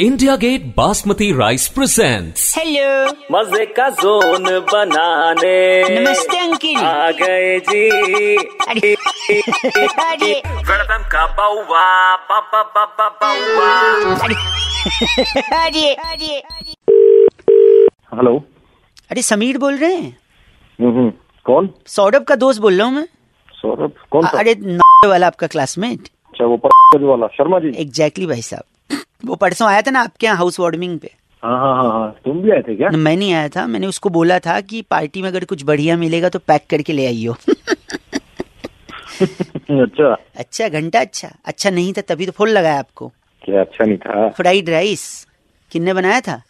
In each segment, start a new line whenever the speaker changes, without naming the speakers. India gate basmati rice presents
hello
मजे का zone बनाने
नमस्ते अंकिल
आ गए जी
अरे अरे
गणतम का बउआ बाबा बाबा बउआ
अरे अरे
हेलो
अरे समीर बोल रहे हैं
हम्म, कौन
सौरभ का दोस्त बोल रहा हूँ मैं
सौरभ कौन
अ-
सा
अरे न- वाला आपका क्लासमेट
अच्छा वो पर वाला शर्मा जी
एग्जैक्टली भाई साहब वो परसों आया था ना आपके यहाँ हाउस वार्मिंग पे
हाँ हाँ हाँ हाँ तुम भी आए थे क्या
न, मैं नहीं आया था मैंने उसको बोला था कि पार्टी में अगर कुछ बढ़िया मिलेगा तो पैक करके ले आइयो
अच्छा
अच्छा घंटा अच्छा अच्छा नहीं था तभी तो फोन लगाया आपको
क्या अच्छा नहीं था
फ्राइड राइस किन्ने बनाया था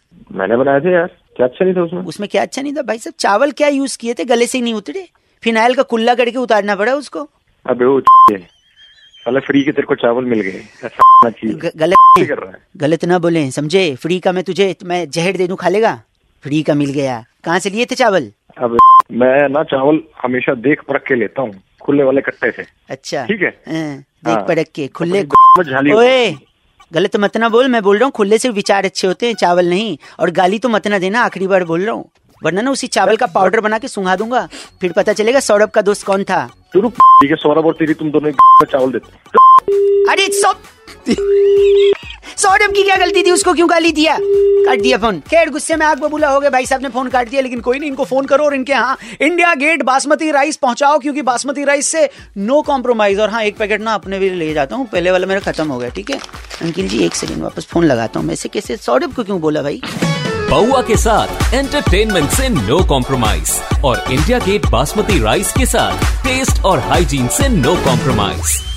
मैंने बनाए थे यार क्या अच्छा नहीं था उसमें
उसमें क्या अच्छा नहीं था भाई साहब चावल क्या यूज किए थे गले से ही नहीं उतरे फिनाइल का कुल्ला करके उतारना पड़ा उसको
अबे वो है। साला फ्री के तेरे को चावल मिल गए ऐसा चीज
ग- गलत
क्या कर रहा है
गलत ना बोले समझे फ्री का मैं तुझे तो मैं जहर दे दूं खा लेगा फ्री का मिल गया कहाँ से लिए थे चावल
अब मैं ना चावल हमेशा देख परख के लेता हूँ खुले वाले कट्टे से
अच्छा
ठीक है।
हाँ, देख
हाँ।
परख के खुले
में झाली
ओए गलत मत ना बोल मैं बोल रहा हूँ खुले से विचार अच्छे होते हैं चावल नहीं और गाली तो मत ना देना आखिरी बार बोल रहा हूँ वरना ना उसी चावल का पाउडर बना के सुंघा दूंगा फिर पता चलेगा सौरभ का दोस्त कौन था
तेरू ठीक है सौरभ और तेरी तुम दोनों एक में चावल देते हो।
अरे सौ- सौरभ की क्या गलती थी उसको क्यों गाली दिया काट दिया फोन खैर गुस्से में आग बबूला हो गए भाई साहब ने फोन काट दिया लेकिन कोई नहीं इनको फोन करो और इनके यहाँ इंडिया गेट बासमती राइस पहुंचाओ क्योंकि बासमती राइस से नो कॉम्प्रोमाइज और हाँ एक पैकेट ना अपने भी ले जाता हूँ पहले वाला मेरा खत्म हो गया ठीक है अंकिल जी एक सेकंड वापस फोन लगाता हूँ मैं से कैसे सौरभ को क्यों बोला भाई
बउआ के साथ एंटरटेनमेंट से नो कॉम्प्रोमाइज और इंडिया गेट बासमती राइस के साथ टेस्ट और हाइजीन से नो कॉम्प्रोमाइज